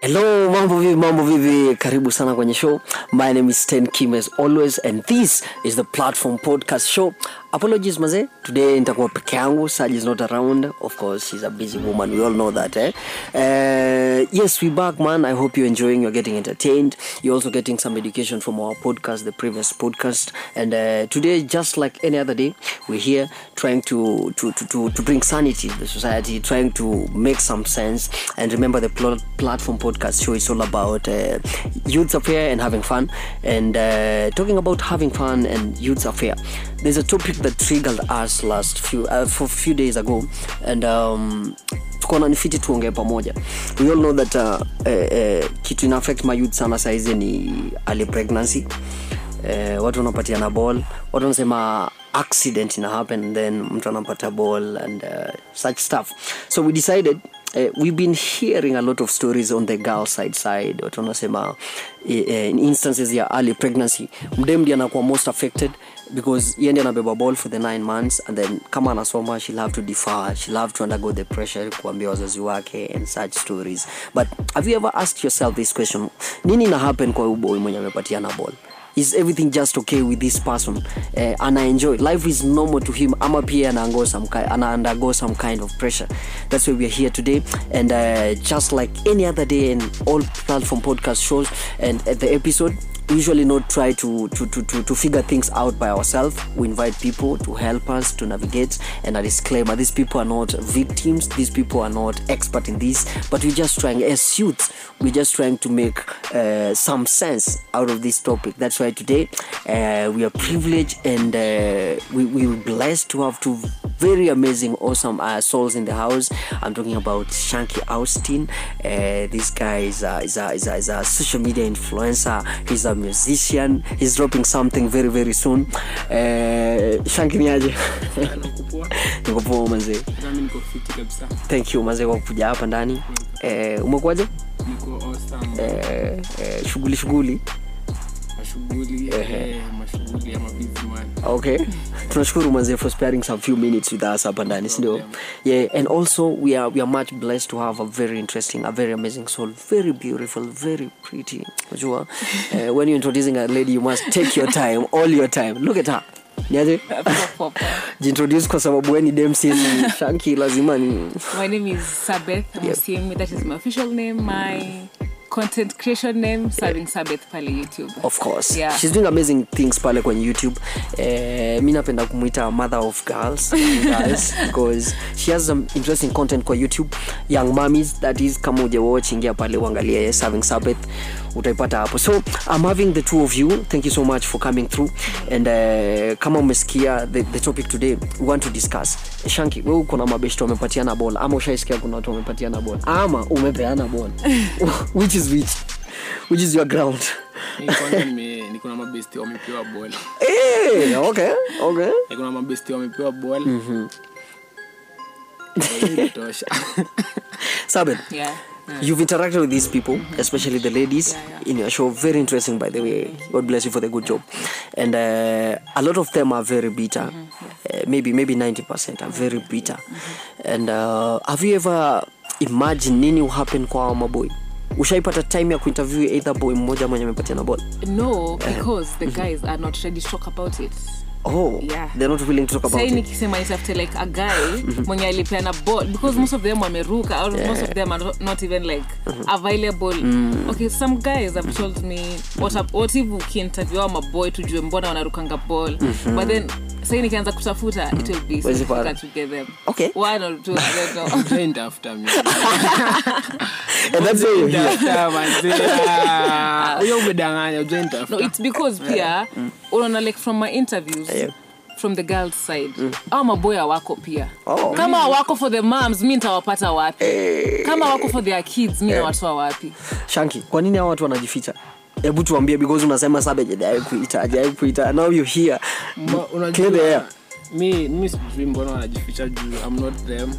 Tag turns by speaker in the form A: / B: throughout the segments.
A: Hello, mambo vipi, mambo vipi? Karibu sana kwenye show. My name is Ten Kim as always and this is the Platform Podcast Show. Apologies mazee, today nitakuwa peke yangu. Saj is not around. Of course, she's a busy woman. We all know that, eh? Uh, yes, we back man. I hope you're enjoying, you're getting entertained. You're also getting some education from our podcast, the previous podcast. And uh, today just like any other day, we're here trying to to, to, to, to bring sanity to the society, trying to make some sense. And remember, the pl- platform podcast show is all about uh, youths affair and having fun, and uh, talking about having fun and youths affair. There's a topic that triggered us last few uh, for few days ago, and. Um, tukaona ni fiti tuongee pamoja we all know that uh, uh, uh, kitu ina affect my youth sana saizi ni early pregnancy eh, watu wanapatiana ball watu wanasema accident ina happen then mtu anapata ball and uh, such stuff so we decided Uh, we've been hearing a lot of stories on the girl side side watu wanasema eh, eh, in instances ya early pregnancy mdemdi anakuwa most affected because yeye ndiye anabeba ball for the nine months and then kama anasoma she'll have to defer she'll have to undergo the pressure kuambia wazazi wake and such stories but have you ever asked yourself this question nini ina happen kwa uboi mwenye amepatiana ball is everything just okay with this person uh, ana enjoy life is normal to him ama pia anaango some ki- ana undergo some kind of pressure that's why we are here today and uh, just like any other day in all platform podcast shows and at the episode we usually not try to to, to, to to figure things out by ourselves we invite people to help us to navigate and a disclaimer these people are not victims these people are not expert in this but we're just trying as youths we're just trying to make uh, some sense out of this topic that's why today uh, we are privileged and uh, we, we we're blessed to have two very amazing awesome uh, souls in the house i'm talking about shanky austin uh, this guy is a, is, a, is, a, is a social media influencer he's a musician he's dropping something very very soon uh, shanky niaje
B: Nakupua.
A: niko poa manze
B: Nami niko fiti kabisa
A: thank you manze kwa kuja hapa ndani uh, umekuaje
B: niko awesome
A: uh, uh, shughuli shughuli
B: mashughuli eh, mashughuli ama busy man
A: okay tunashukuru manze for sparing some few minutes with us hapa ndani sindio yeah and also we are, we are much blessed to have a very interesting a very amazing soul very beautiful very pretty unajua uh, when you're introducing a lady you must take your time all your time look at her niaje
C: Pop, pop.
A: jintroduce kwa sababu weni demsi shanki lazima ni
C: My name is Sabeth Musiemi. That is my official name. My content creation name, Sabin Sabeth pale YouTube.
A: of course
C: Yeah.
A: she's doing amazing things pale kwenye youtube eh, mi napenda kumwita mother of girls girls, because she has some interesting content kwa youtube young mummies that is kama ujawatch ingia pale uangalie serving sabbath utaipata hapo so i'm having the two of you thank you so much for coming through and uh, kama umesikia the, the topic today we want to discuss shanki we uko na mabeshto wamepatiana bol ama ushaisikia kuna watu wamepatiana bol ama umepeana bol which is which which is your ground
B: Mimi kwanza nime- niko na mabesti wamepewa bol
A: Eh, okay, okay.
B: niko na mabesti wamepewa bol Ball inatosha.
A: Sabin,
C: Yeah. Mm.
A: you've interacted with these people, especially the ladies
C: Yeah, yeah.
A: in your show. Very interesting, by the way. God bless you for the good job. And uh, a lot of them are very bitter.
C: Mm-hmm,
A: Uh, maybe maybe ninety percent are very bitter.
C: Mm-hmm.
A: And uh, have you ever imagined nini will happen kwa hawa maboy? Ushaipata time ya kuinterview either boy mmoja mwenye amepatia na ball?
C: No, because the guys are not ready to talk about it.
A: Oh,
C: Yeah.
A: they're not willing to talk about
C: Sai
A: it.
C: nikisema nitafute like a guy mwenye alipeana ball because most of them wameruka or most of them are not- not even like
A: Mm-hmm.
C: available.
A: Mm.
C: Okay, some guys have told me what up- what if ukiinterviewa maboy tujue mbona wanarukanga ball. But then sai nikianza kutafuta it will be
A: Mm-hmm.
C: so
A: Wezi pata.
C: difficult to get them.
A: Okay.
C: One or two I don't know.
B: Trend after me.
A: And that's why you're
B: Trend
A: here.
B: after manze. Ah, huyo umedanganya trend
C: No,
B: after.
C: it's because pia
A: Mm.
C: unaona like from my interviews
A: Yeah.
C: from the girls side au maboy awako pia
A: Mm. Oh. Eh.
C: kama awako for the moms mi ntawapata wapi kama wako for their kids mi nawatoa wapi
A: shanki kwa nini hawa watu wanajificha hebu tuambie because unasema sabe jadai kuita ajai kuita now you here
B: Ma-
A: Clear the air.
B: unajua mi mi sijui mbona wanajificha juu I'm not them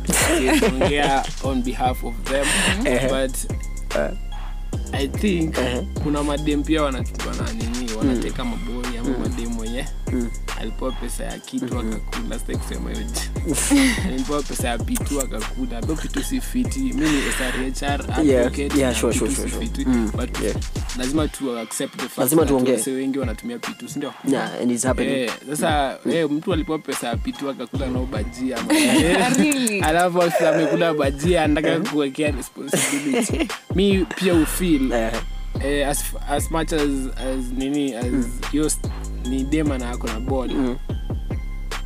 B: siongea on behalf of them
A: Eh.
B: but I think kuna madem pia wanakiwana nini
A: Mm.
B: wanateka maboi ama mademu wenye alipewa pesa ya kitu
A: Mm-hmm.
B: akakula sitaki kusema hiyo jina. alipewa pesa ya pitu akakula Though pitu si fiti mi ni SRHR
A: Yeah.
B: advocate,
A: Yeah,
B: na
A: sure,
B: pitu
A: sure,
B: si
A: sure, sure.
B: fiti. But lazima tu accept the fact
A: Lazima
B: that
A: tuongee.
B: wasee wengi wanatumia pitu si ndio
A: Yeah, and it's happening.
B: Eh, sasa eh, mtu alipewa pesa ya pitu akakula nao bajia
A: Ah,
C: Really?
B: alafu sasa amekula bajia
A: Eh.
B: anataka kuwekea responsibility mi pia ufil
A: Eh.
B: eh, as, as much as, as nini as
A: Hmm.
B: hiyo st- ni dema na ako na ball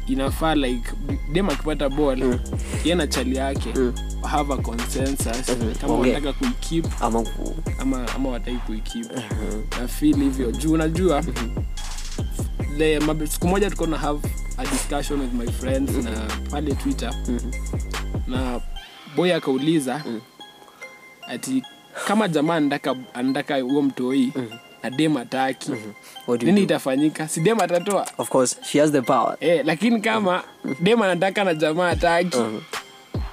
B: inafaa like dem akipata ball
A: Hmm.
B: ye na chali yake have a consensus kama
A: Ongea.
B: wanataka kuikip
A: ama ku-
B: ama, ama wataki kuikip
A: Uh-huh.
B: na feel hivyo juu unajua le- mabe- siku moja tulikuwa na have a discussion with my friends na
A: Uh-huh.
B: pale twitter na boy akauliza
A: Uh-huh.
B: ati kama jamaa anataka- anataka huo mtoi na dem ataki
A: Uh-huh. what do you
B: nini
A: do?
B: itafanyika si dem atatoa
A: of course she has the power
B: Eh, lakini kama
A: Uh-huh.
B: dem anataka na jamaa ataki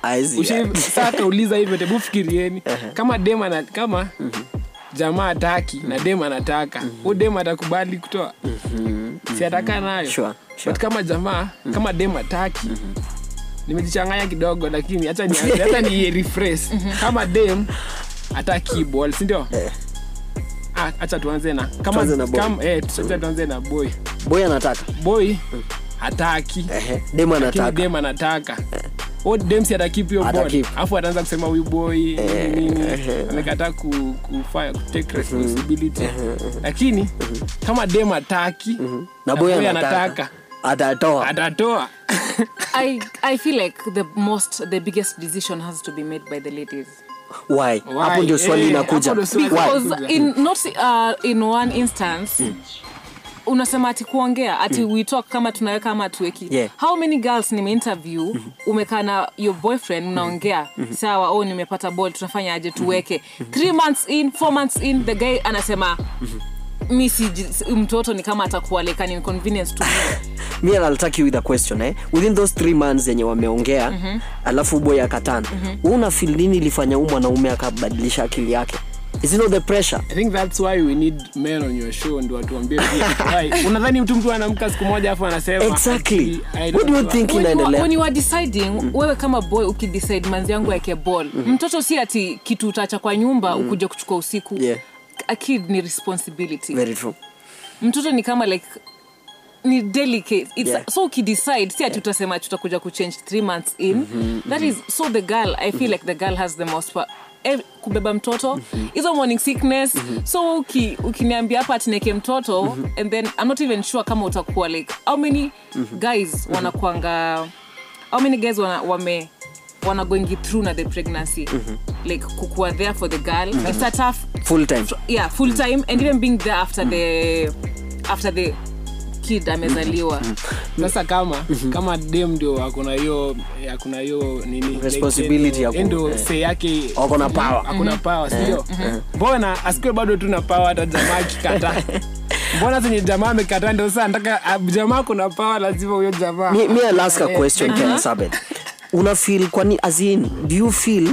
A: I see
B: Ushi-
A: that.
B: sasa akauliza hivyo tebu fikirieni
A: Uh-huh.
B: kama dem ana- kama jamaa ataki na dem anataka
A: Mm-hmm.
B: hu dem atakubali kutoa si atakaa nayo
A: Sure, sure. Mm-hmm.
B: but kama jamaa kama dem ataki nimejichanganya kidogo lakini hata ni, hata ni rephrase.
A: Mm-hmm.
B: kama dem ataki ball si ndio Ah, acha tuanze na kama
A: Eh. Tuanze na boy.
B: kama- eh, acha tuanze na boy
A: eh, boy anataka
B: boy
A: Mm.
B: hataki
A: Ehe, dem
B: Lakini
A: anataka
B: dem anataka O, dem si atakeep hiyo ball.
A: Atakeep.
B: alafu ataanza kusema huyu boy
A: Eh,
B: nini, nini amekataa ku, kufanya ku
A: Mhm.
B: take
A: Eh,
B: responsibility lakini kama dem ataki
A: Mhm. na boy
B: boy
A: anataka Oh.
B: anataka.
A: atatoa
B: atatoa
C: I, I feel like the most the biggest decision has to be made by the ladies
A: why
B: Why?
A: hapo ndio swali
B: Eh,
A: inakuja
B: hapo ndio swali
A: Why?
C: because in not uh, in one instance
A: Hmm.
C: unasema ati kuongea ati we talk kama tunaweka ama tuweki
A: Yeah. Hmm.
C: how many girls nimeinterview umekaa na your boyfriend mnaongea sawa oh nimepata ball tunafanya aje
A: Hmm.
C: tuweke three months in four months in the guy anasema
A: Hmm.
C: mi siji- mtoto ni kama atakuwa like an inconvenience to me
A: mi I'll attack you with a question eh? within those three months yenye wameongea
B: Mhm.
A: mm-hmm. alafu boy akatana mm-hmm. una feel nini ilifanya huu mwanaume akabadilisha akili yake is it not the pressure
B: I think that's why we need men on your show ndio watuambie pia. Why? unadhani mtu mtu anamka siku moja afu anasema
A: exactly
B: ati, I don't
A: what do you
B: know.
A: think
C: When you are-
A: inaendelea Mm.
C: when you are deciding wewe kama boy ukidecide manzi yangu yake ball
A: Mm-hmm.
C: mtoto si ati kitu utacha kwa nyumba ukuje kuchukua usiku
A: Yeah.
C: a kid ni responsibility
A: very true
C: mtoto ni kama like ni delicate It's,
A: Yeah.
C: so ukidecide si ati utasema tutakuja kuchange three months in that is so the girl i feel like the girl has the most pa- eh, kubeba mtoto hizo morning sickness so uki, ukiniambia hapa atineke mtoto and then i'm not even sure kama utakuwa like how many guys wanakuanga how many guys wana, wame wana going through na the pregnancy like kukuwa there for the girl it's a tough
A: full time
C: yeah full time and even being there after the after the kid amezaliwa
B: sasa kama
A: Mhm.
B: kama dem ndio akona hiyo akona hiyo nini
A: Responsibility
B: like, eh,
A: ya ku-
B: endo
A: eh.
B: say yake
A: Ako na power.
B: akona power sio mbona asikiwe bado tu na power hata jamaa akikataa mbona zenye jamaa amekataa ndio sasa nataka ah, jamaa kuna power lazima huyo jamaa Eh,
A: mi, mi I'll ask a question
C: Uh-huh.
A: Ken Sabet. una feel kwani as in do you feel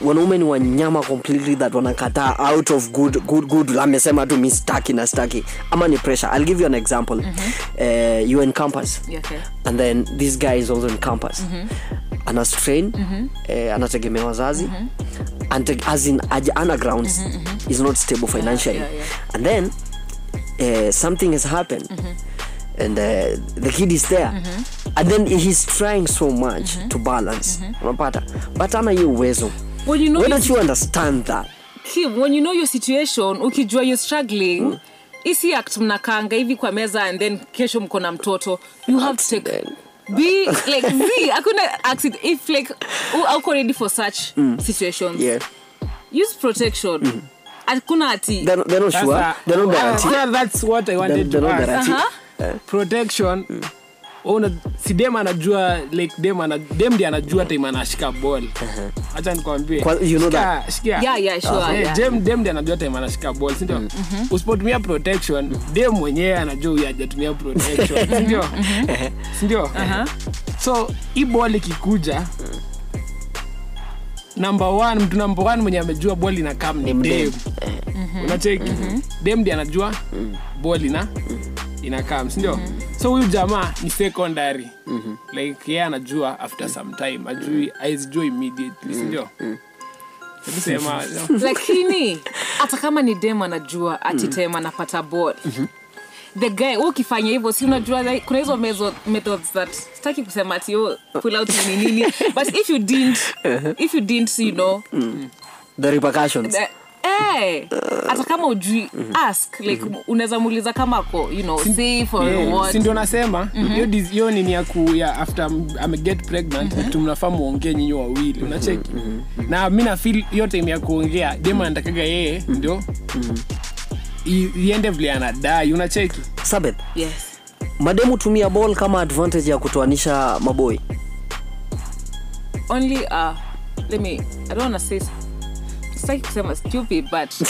A: wanaume ni wanyama completely that wanakataa out of good good good amesema tu mi staki na staki ama ni pressure i'll give you an example mm-hmm. uh, you in campus
C: Uh-huh. Yeah, okay. Uh-huh.
A: and then this guy is also in campus mm-hmm. ana strain mm-hmm. eh, anategemea wazazi
C: Uh-huh.
A: mm-hmm. Ante, as in aj- ana grounds mm-hmm. is not stable financially
C: yeah, yeah.
A: and then uh, something has happened
C: Mm-hmm.
A: and uh, the kid is there and then he's trying so much
C: Mm-hmm.
A: to balance unapata but ana hiyo uwezo
C: Well, you know
A: why
C: you-
A: don't you understand that
C: Kim, when you know your situation ukijua you're struggling
A: Hmm.
C: isi act mnakaanga hivi kwa meza and then kesho mko na mtoto you have to take be like be akuna accident if like u- auko ready for such situations
A: Hmm. yeah Hmm.
C: use protection hakuna ati
A: they're, not- they're not sure
B: Sasa-
A: they're not
B: Ah,
A: guaranteed
B: yeah, that's what I wanted
A: They're-
B: to
A: they're not
B: ask.
C: Uh-huh.
A: guaranteed.
B: protection una, si dem anajua like dem ana dem ndi anajua time anashika ball hacha nikwambie
A: Kwa- you know
B: Shika-
A: that.
B: shikia.
C: Yeah, yeah, sure,
B: Eh,
C: yeah. Mhm.
B: dem- dem ndi anajua time anashika ball sindio usipotumia protection dem mwenyewe anajua huyu hajatumia protection sindio
C: Mhm.
B: sindio
C: Uh-huh.
B: so hii ball ikikuja number one mtu number one mwenye amejua ball inakaa ni
A: mdem.
B: dem unacheki dem ndi anajua ball ina inakam sindio so huyu jamaa ni secondary like yeye anajua after some time ajui aizijua immediately sindio Hebu sema
C: lakini hata kama ni dem anajua atitem anapata bol the guy wewe ukifanya hivyo si unajua like, kuna hizo mezo, methods that sitaki kusema ati oh, pull out ni nini but if you didn't if you didn't you know
A: the repercussions
C: the, eh, hata kama ujui ask like unaweza muuliza kama ako you know safe or what
B: Eh, sindio nasema hiyo dis- hiyo nini ya ku ya after m- ame get pregnant tu mnafaa muongee nyinyi wawili unacheki
A: Mhm.
B: na mi nafil hiyo time ya kuongea dem anatakaga yeye
A: Mhm.
B: ndio i- iende vile anadai unacheki
A: sabeth
C: yes
A: mademu tumia ball kama advantage ya kutoanisha maboi
C: only uh let me i don't wanna say sitaki kusema stupid but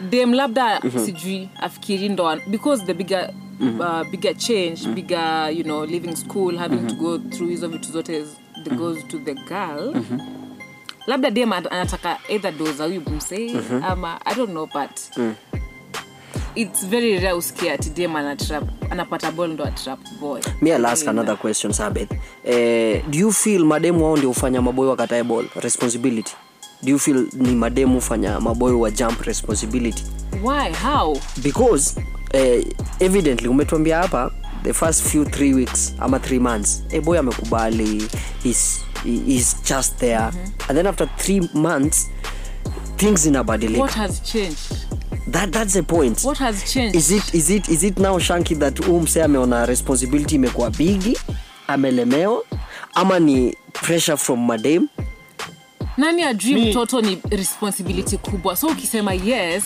C: dem labda
A: Mhm.
C: sijui afikiri ndo an- because the bigger uh, bigger change
A: Mhm.
C: bigger you know leaving school having to go through hizo vitu zote z- that
A: Mhm.
C: goes to the girl labda dem ana- anataka either doza huyu msee
A: Mhm.
C: ama i don't know but
A: Mm.
C: it's very rare usikia ati dem anatrap- anapata ball ndo atrap boy
A: mi I'll ask another question sabeth eh, do you feel mademu wao ndio hufanya maboi wakatae ball responsibility do you feel ni mademu hufanya maboi wa jump responsibility
C: why how
A: because eh, evidently umetuambia hapa the first few three weeks ama three months eh, boy amekubali he's, he- he's just there
C: Mm-hmm.
A: and then after three months things
C: what
A: inabadilika
C: has changed
A: that, that's the point
C: what has changed
A: is it, is it, is it now shanki that huu msee ameona responsibility imekuwa bigi amelemewa ama ni pressure from madam
C: nani ajui
B: Mi-
C: mtoto ni responsibility kubwa so ukisema yes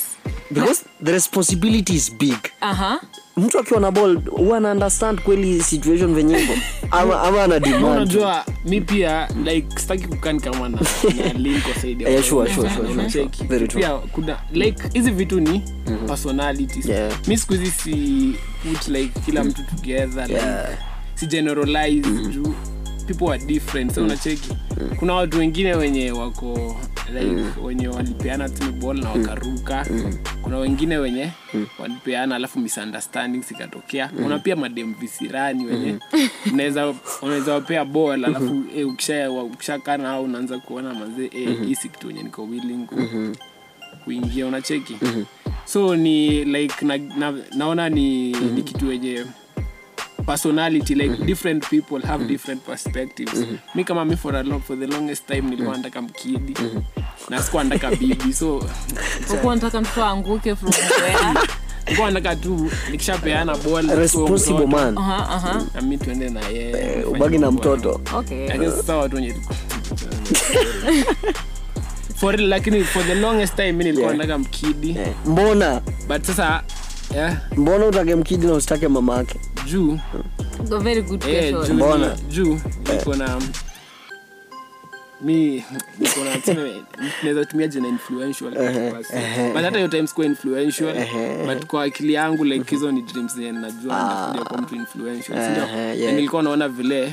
A: because the responsibility is big
C: aha
A: mtu akiwa na ball huwa ana understand kweli situation venyengo ama, ama ana demand
B: unajua mi pia like sitaki kukani kama na, na link or side ya
A: Yeah, sure,
B: mtu.
A: sure, sure, sure,
B: Unacheki.
A: sure. Very true.
B: pia kuna like hizi vitu ni personalities
A: Mhm. Yeah. Mm.
B: mi siku hizi si put like kila mtu together
A: Yeah. Mm.
B: like si generalize juu people are different so unacheki kuna watu wengine wenye wako like
A: Mm.
B: wenye walipeana tball na wakaruka kuna wengine wenye
A: Mm.
B: walipeana alafu misunderstandings ikatokea kuna pia madem visirani wenye
A: Mm.
B: unaweza- unaweza wapea ball alafu
A: Mm-hmm.
B: eh, ukisha- wa- ukishakana au unaanza kuona mazee eh, hii si kitu wenye niko willing ku-
A: Mm-hmm.
B: kuingia unacheki
A: Mhm.
B: so ni like na, na, naona ni,
A: Mhm.
B: ni kitu wenye personality like different people have
A: Mhm.
B: different perspectives mi kama mi for, a long, for the longest time nilikuwa
A: Mhm.
B: nataka mkidi na sikuwa nataka bibi so
C: ukuwa nataka mtoto aanguke from where.
B: nilikuwa nataka tu nikishapeana bola
A: responsible man
C: Aha, aha.
B: na mi tuende na yeye
A: Eh,
B: tufanye
A: ubagi na
B: mambo
A: mtoto
C: Okay.
B: Lakini sasa watu wenye for real, lakini for the longest time mi nilikuwa
A: Yeah.
B: nataka mkidi
A: Eh, mbona
B: but sasa yeah,
A: mbona utake mkidi na usitake mama yake
B: juu
C: Go very good
B: Eh,
C: question.
B: juu
A: Mbona?
B: ni- juu niko na mi niko na tuseme, naweza tumia jina influential basi. but hata hiyo time sikuwa influential but kwa akili yangu
A: Mhm.
B: like hizo ni dreams zenye najua nitakuja kwa mtu influential si ndio?
A: Ah. Ehe,
B: Na
A: yeah.
B: nilikuwa naona vile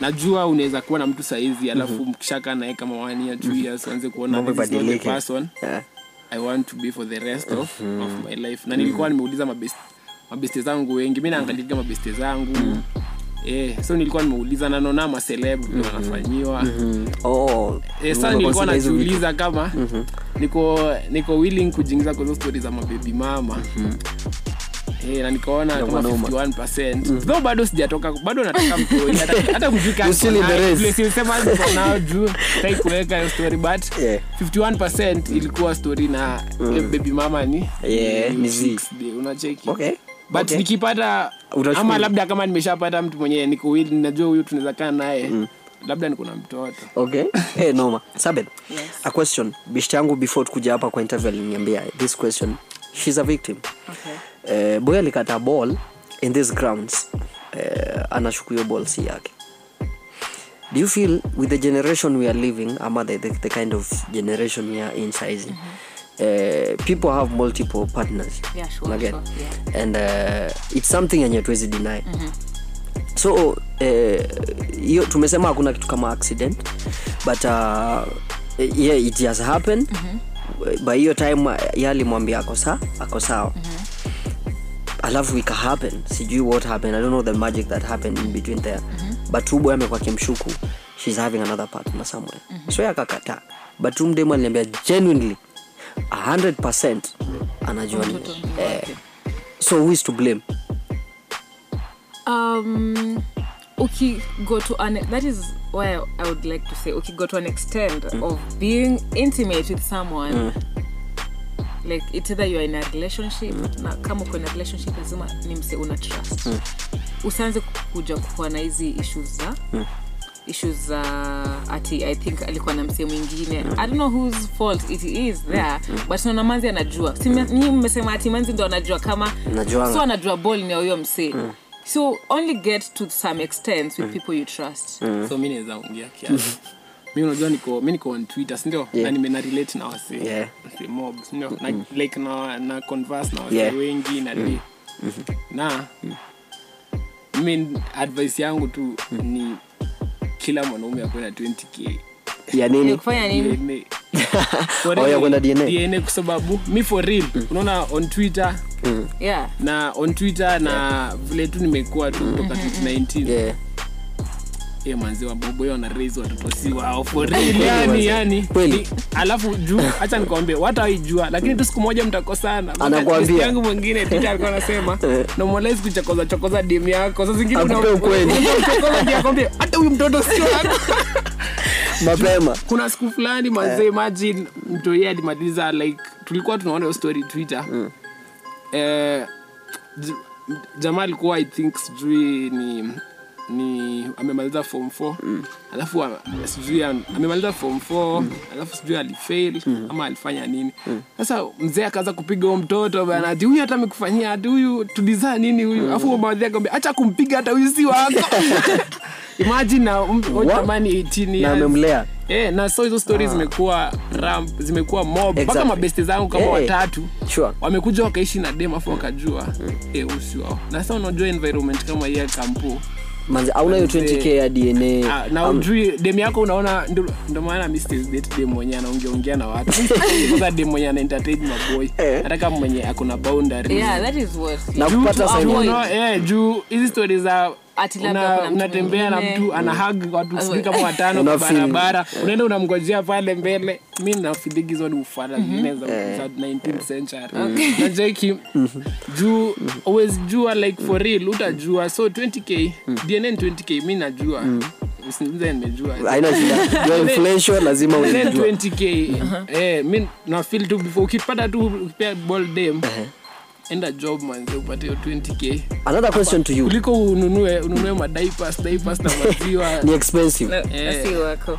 B: najua unaweza kuwa na mtu saizi alafu mkishaka naye kama one year two years uanze kuona
A: Mhm. Mambo
B: this is not the
A: ibadilike.
B: person
A: Eh,
B: i want to be for the rest of, of my life na nilikuwa nimeuliza mabest- mabeste zangu wengi mi naangaliaga mabeste zangu Eh, so nilikuwa nimeuliza nanona maseleb wanafanyiwa
A: oh,
B: Eh, sasa
A: unaona
B: nilikuwa
A: consider hizo vitu. Mhm.
B: najiuliza kama niko niko willing kujiingiza kwa hizo stori za mabebi mama
A: Mhm.
B: Eh, na nikaona kama
A: mwanaume.
B: 51 though bado sijatoka bado nataka mtoi hata- hata kujika
A: Mhm. You still in the race.
B: nao juu sitaki kuweka hiyo story but
A: Yeah. Mm.
B: 51 ilikuwa story na eh, baby mama ni
A: Yeah,
B: ni
A: ni Z.
B: fixed day, unacheki
A: Okay,
B: but
A: okay.
B: nikipata
A: Utashukuru.
B: ama labda kama nimeshapata mtu mwenyewe niko willing, najua huyu tunaweza kaa naye
A: Mm.
B: labda niko na mtoto
A: okay hey, noma sabeth
C: Yes.
A: a question bishti yangu before tukuja hapa kwa interview aliniambia this question she's a victim
C: Okay.
A: eh, boy alikata ball in this grounds eh, anashuku hiyo ball si yake do you feel with the generation we are living ama the, the, the kind of generation we are in saizi eh, people have multiple partners
C: Mm-hmm. Yeah, sure,
A: Unaget?
C: sure, Mm.
A: and uh, it's something yenye tuwezi deny so eh, hiyo tumesema hakuna kitu kama accident but uh, yeah, it has happened by hiyo time ye alimwambia ako saa ako sawa alafu ika happen sijui what happened i don't know the magic that happened in between there but huyu boy amekuwa kimshuku she's having another partner somewhere so yeye akakataa but huyu mdemu aliniambia genuinely 100 anajua nini
C: Mtoto
A: eh, so who is to blame
C: um ukigo to an that is why i would like to say ukigo to an extent of being intimate with someone like it's either you are in a relationship na kama uko in a relationship lazima ni mse una trust
A: Mm.
C: usianze kuja kukuwa na hizi issues za
A: Mm.
C: issues za ati i think alikuwa na msee mwingine
A: Mm.
C: i don't know whose fault it is there but naona manzi anajua si nyi mmesema ati manzi ndo anajua kama
A: Najuanga. Mm.
C: so anajua ball ni ya huyo msee so only get to some extent with people you trust
A: Mm. Mm-hmm.
B: so mi naweza ongea kiasi mi unajua niko mi niko on twitter sindio
A: Yeah.
B: na nimena relate na wase
A: Yeah. Mm-hmm.
B: wase mob sindio na, like na, na converse na wase
A: Yeah. Mm-hmm.
B: wengi na nini. na mi advice yangu tu
A: Mm.
B: ni kila mwanaume akwenda 20k
A: ya nini
C: kufanya
A: Mm.
C: nini
B: DNA. For
A: Oh, ya
B: real,
A: kwenda DNA?
B: DNA kwa sababu mi for real
A: Mm.
B: unaona on twitter
C: yeah
B: na on twitter na vile tu nimekuwa tu kutoka 2019
A: Mm-hmm. yeah.
B: Eh, manzi wa bobo wana raise watoto si wao for real
A: Kweli
B: yani
A: manze.
B: yani
A: Kweli.
B: Ni- alafu juu acha nikwambie watu haijua lakini tu siku moja mtakosana Maana
A: Anakuambia.
B: twist yangu mwingine tita alikuwa anasema no more kuchokoza chokoza dm yako sasa zingine
A: Akupe
B: una-
A: ukweli.
B: unachokoza ndio akwambie hata huyu mtoto sio wako
A: mapema
B: kuna siku fulani manze imagine mtu yeye alimaliza like tulikuwa tunaona hiyo story twitter eh, j- jamaa alikuwa i think sijui ni ni amemaliza form 4 alafu a- sijui am- amemaliza form 4 alafu sijui alifail ama alifanya nini sasa mzee akaanza kupiga huyo mtoto bana ati huyu hata amekufanyia ati huyu tulizaa nini huyu alafu huyo baadhi akamwambia acha kumpiga hata huyu si wako imagine na um- huyo
A: Wa-
B: jamaa ni 18
A: na
B: years.
A: amemlea Ah.
B: Eh, na so hizo stori zimekuwa ramp zimekuwa mob mpaka
A: Exactly.
B: mabeste zangu kama
A: Eh.
B: watatu
A: Sure.
B: wamekuja wakaishi na dem afu wakajua eh, huyu si wao na sasa unajua environment kama hii ya kampo
A: manzi auna hiyo 20k ya dna
B: Ah, na
A: um,
B: ujui dem yako unaona ndio ndio maana mi still date dem mwenye anaongeongea na watu kwanza dem mwenye ana entertain maboy
A: Eh.
B: hata kama mwenye akuna boundary
C: yeah that is what
A: na
B: Juu
A: kupata
B: tu-
A: sa-
C: avoid.
B: unaona, eh, juu hizi stori za
C: Ati labda
B: una-
C: kuna mtu
B: unatembea na
C: mwingine.
B: mtu ana hag watu sijui kama watano
A: Mm. Una
B: kwa
A: feel.
B: barabara unaenda unamgojea pale mbele mi nafidigi hizo ni ufala
C: Mm-hmm.
B: zingine za za 19th century
A: Mm.
B: najeki
A: Mm-hmm.
B: juu always jua like
A: Mm.
B: for real utajua so 20k dna ni 20k mi najua
A: Mm.
B: msinza nimejua
A: haina shida Your influential lazima
B: Then
A: ulijua
B: 20k
C: Uh-huh.
B: eh mi na feel tu before ukipata tu ukipea ball dem
A: Uh-huh.
B: enda job manze upate hiyo 20k
A: another question to you
B: kuliko ununue ununue madaipas daipas na maziwa
A: ni expensive
C: na, na si wako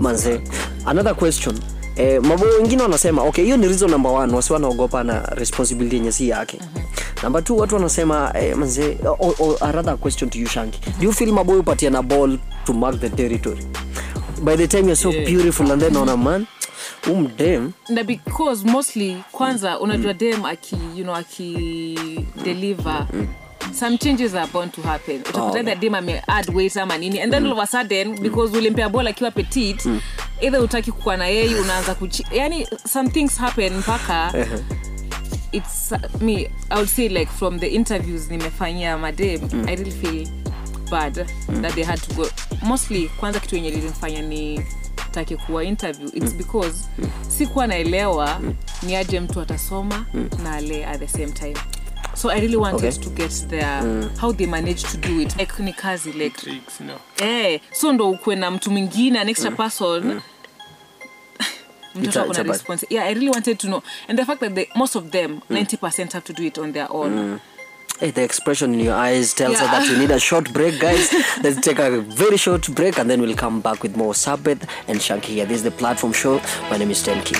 A: manze another question Eh, mambo wengine wanasema okay hiyo ni reason number one wasi wanaogopa na responsibility yenye si yake
B: Mhm.
A: number two watu wanasema eh, manze or, or another question to you shanki do you feel maboy upatia na ball to mark the territory by the time you're so beautiful and then on a man um, umdem
C: na because mostly kwanza unajua dem aki you know aki deliver some changes are bound to happen utapata either dem ameadd weight ama nini and then all of a sudden because ulimpea bol akiwa petit either utaki kukuwa na yeye unaanza kuchi yani some things happen mpaka it's uh, me i would say like from the interviews nimefanyia madem i really feel bad that they had to go mostly kwanza kitu yenye lilimfanya ni take kuwa interview it's because sikuwa naelewa ni aje mtu atasoma na ale at the same time so i really wanted
A: Okay.
C: to get there how they managed to do it like ni kazi like
B: tricks, you know.
C: eh, so ndo ukwe na mtu mwingine an
A: Mm.
C: extra person
A: It's a-
C: mtoto ako
A: it's
C: na
A: a bad- Mm.
C: response yeah i really wanted to know and the fact that they, most of them 90% have to do it on their own
A: Hey, Eh, the expression in your eyes tells us
C: Yeah.
A: that you need a short break, guys. Let's take a very short break and then we'll come back with more Sabbath and Shanky here. This is the platform show. My name is Tenki.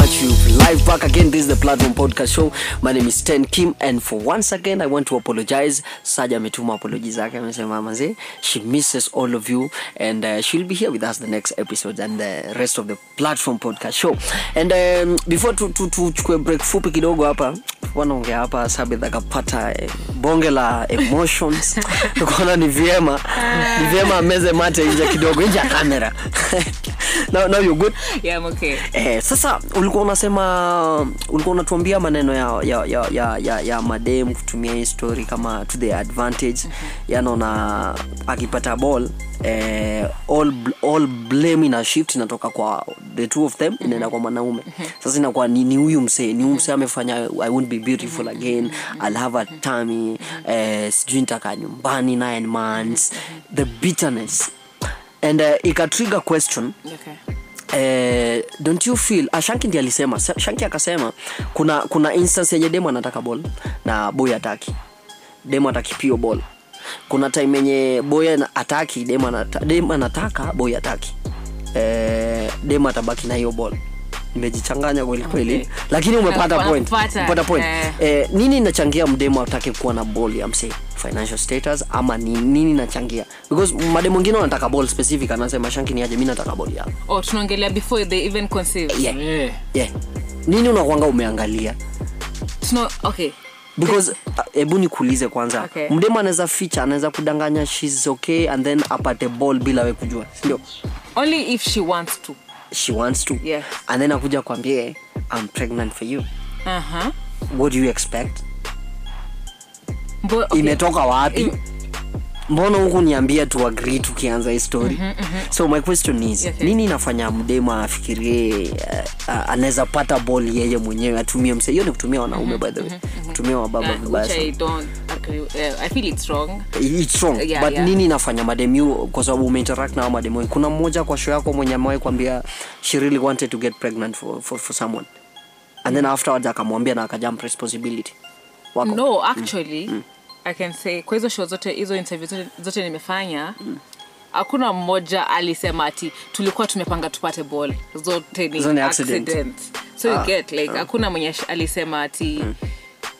A: listening. This is the Platform Podcast Show. My name is Stan Kim, and for once again, I want to apologize. Saja ametuma apology zake, amesema manze, she misses all of you, and uh, she'll be here with us the next episode and the rest of the Platform Podcast Show. And um, before tu tu tuchukue break fupi kidogo hapa wanaongea hapa Sabith akapata eh, bonge la emotions tukaona ni vyema ni vyema ameze mate nje kidogo nje ya kamera now, now you're good
C: yeah, I'm okay.
A: Eh, sasa ulikuwa unasema ulikuwa unatuambia maneno ya, ya, ya, ya, ya, ya madem kutumia hii story kama to the advantage mm-hmm. yanaona akipata ball eh, all, bl- all blame ina shift inatoka kwa the two of them inaenda kwa mwanaume sasa inakuwa ni ni huyu msee ni huyu msee amefanya i won't be beautiful again i'll have a tummy eh, sijui nitakaa nyumbani nine months the bitterness and eh, ikatrigger question
C: Okay.
A: eh, don't you feel ah, shanki ndi alisema Sa- shanki akasema kuna kuna instance yenye demo anataka ball na boy ataki demo ataki pio ball kuna time yenye boy ana- ataki demo anata, demo anataka boy ataki eh, demo atabaki na hiyo ball nimejichanganya kweli kweli
C: Okay.
A: lakini umepata
C: Nakupa-
A: point
C: napata.
A: umepata point
C: Eh.
A: eh, nini inachangia mdemo atake kuwa na ball ya msee financial status ama ni, nini inachangia because mademo wengine wanataka ball specific anasema shanki ni aje mi nataka ball yako
C: Oh, tunaongelea before they even conceive.
A: yeah
B: Eh,
A: yeah. nini unakwanga umeangalia
C: Tuna, okay.
A: because uh, hebu nikuulize kwanza
C: Okay.
A: mdemo anaweza ficha anaweza kudanganya shes okay and then apate ball bila we kujua sindio
C: Only if she wants to.
A: she wants to
C: Yeah.
A: and then akuja kwambia eh, i'm pregnant for you
C: Uh-huh.
A: what do you expect
C: But, okay.
A: imetoka wapi
C: Im-
A: mbona huku niambia tu agree tukianza hii story so my question is
C: Mm-hmm, Okay.
A: nini inafanya mdemo afikirie uh, uh, anaweza pata ball yeye mwenyewe atumie mse hiyo ni kutumia wanaume
C: Mm-hmm,
A: by the way kutumia wababa
C: Yeah,
A: vibaya
C: Ah, which
A: sana.
C: I don't agree. Uh, I feel it's wrong.
A: it's wrong
C: Yeah,
A: but
C: yeah.
A: nini inafanya mademu kwa sababu umeinteract na hao mademu wengi. kuna mmoja kwa show yako mwenye amewahi kuambia she really wanted to get pregnant for, for, for someone and then afterwards akamwambia na akajump responsibility wako
C: no actually
A: Mm.
C: i can say kwa hizo show zote hizo interview zote, zote nimefanya hakuna mmoja alisema ati tulikuwa tumepanga tupate ball zote ni
A: Zote ni accident.
C: accident. so
A: Ah, Mm.
C: you get like hakuna mwenye sh- alisema ati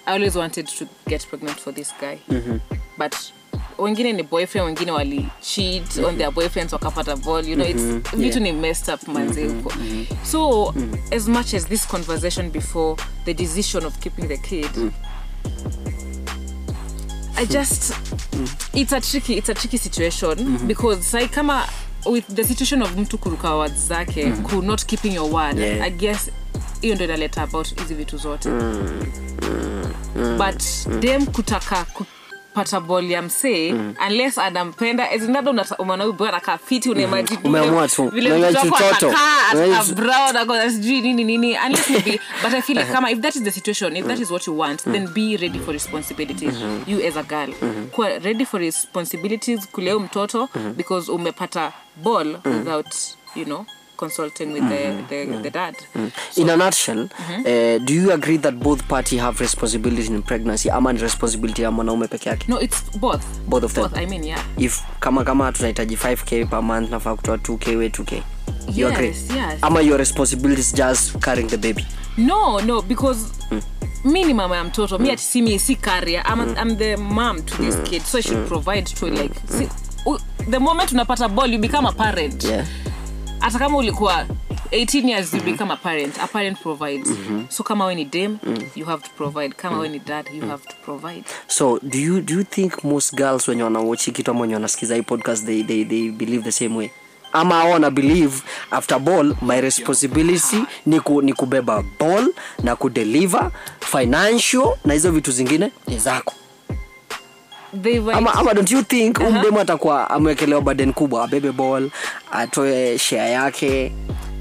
C: i always wanted to get pregnant for this guy
A: Mm-hmm.
C: but wengine ni boyfriend wengine wali cheat
A: Mm-hmm.
C: on their boyfriends wakapata ball you know it's vitu ni messed up manzi
A: Mm-hmm.
C: huko so as much as this conversation before the decision of keeping the kid
A: Mm.
C: I just it's a tricky it's a tricky situation
A: Mm-hmm.
C: because sai kama with the situation of mtu kuruka word zake ku not keeping your word
A: Mm-hmm. Yeah.
C: I guess hiyo ndo inaleta about hizi vitu zote
A: Mm,
C: but dem kutaka kupata ball ya msee
A: Mm.
C: unless anampenda ezinadonamanaubanakaa fiti
A: Mm-hmm. Umeamua tu. Unaona chochoto. Unaona cho-
C: unaimajinvile sijui nini nini unless maybe but i feel
A: Uh-huh.
C: like kama if that is the situation if
A: Mm.
C: that is what you want then be ready for responsibilities
A: Mm-hmm.
C: you as a girl kuwa ready for responsibilities kuleo mtoto
A: Mm-hmm.
C: because umepata ball
A: Mm.
C: without you know consulting with the,
A: Mm-hmm.
C: the, the dad
A: in a nutshell
C: Mm-hmm.
A: eh, do you agree that both party have responsibility in pregnancy ama ni responsibility ya mwanaume peke yake
C: no it's both
A: Both of them.
C: both, i mean yeah
A: if kama kama tunahitaji 5k per month nafaa kutoa 2k we 2k you
C: Yes,
A: agree
C: yes.
A: ama your responsibility is just carrying the baby
C: no no because
A: Mm.
C: mi ni mama ya mtoto mi ati si mi si karia I'm,
A: Mm.
C: i'm the mom to this kid so i should provide to like si, u, the moment unapata ball you become a parent
A: yeah Mm-hmm.
C: hata kama ulikuwa 18 years you become a parent a parent provides so kama we ni dam
A: Mm.
C: you have to provide kama we ni dad you have to provide
A: so do you, do you think most girls wenye wanawochi kitu ama wenye wanasikiza hii podcast they, they, they believe the same way ama hao wana believe after ball my responsibility ni, ku, ni kubeba ball na kudeliver financial na hizo vitu zingine ni zako
C: they were
A: ama, ama don't you think uh mdemu atakuwa amewekelewa burden kubwa abebe ball atoe share yake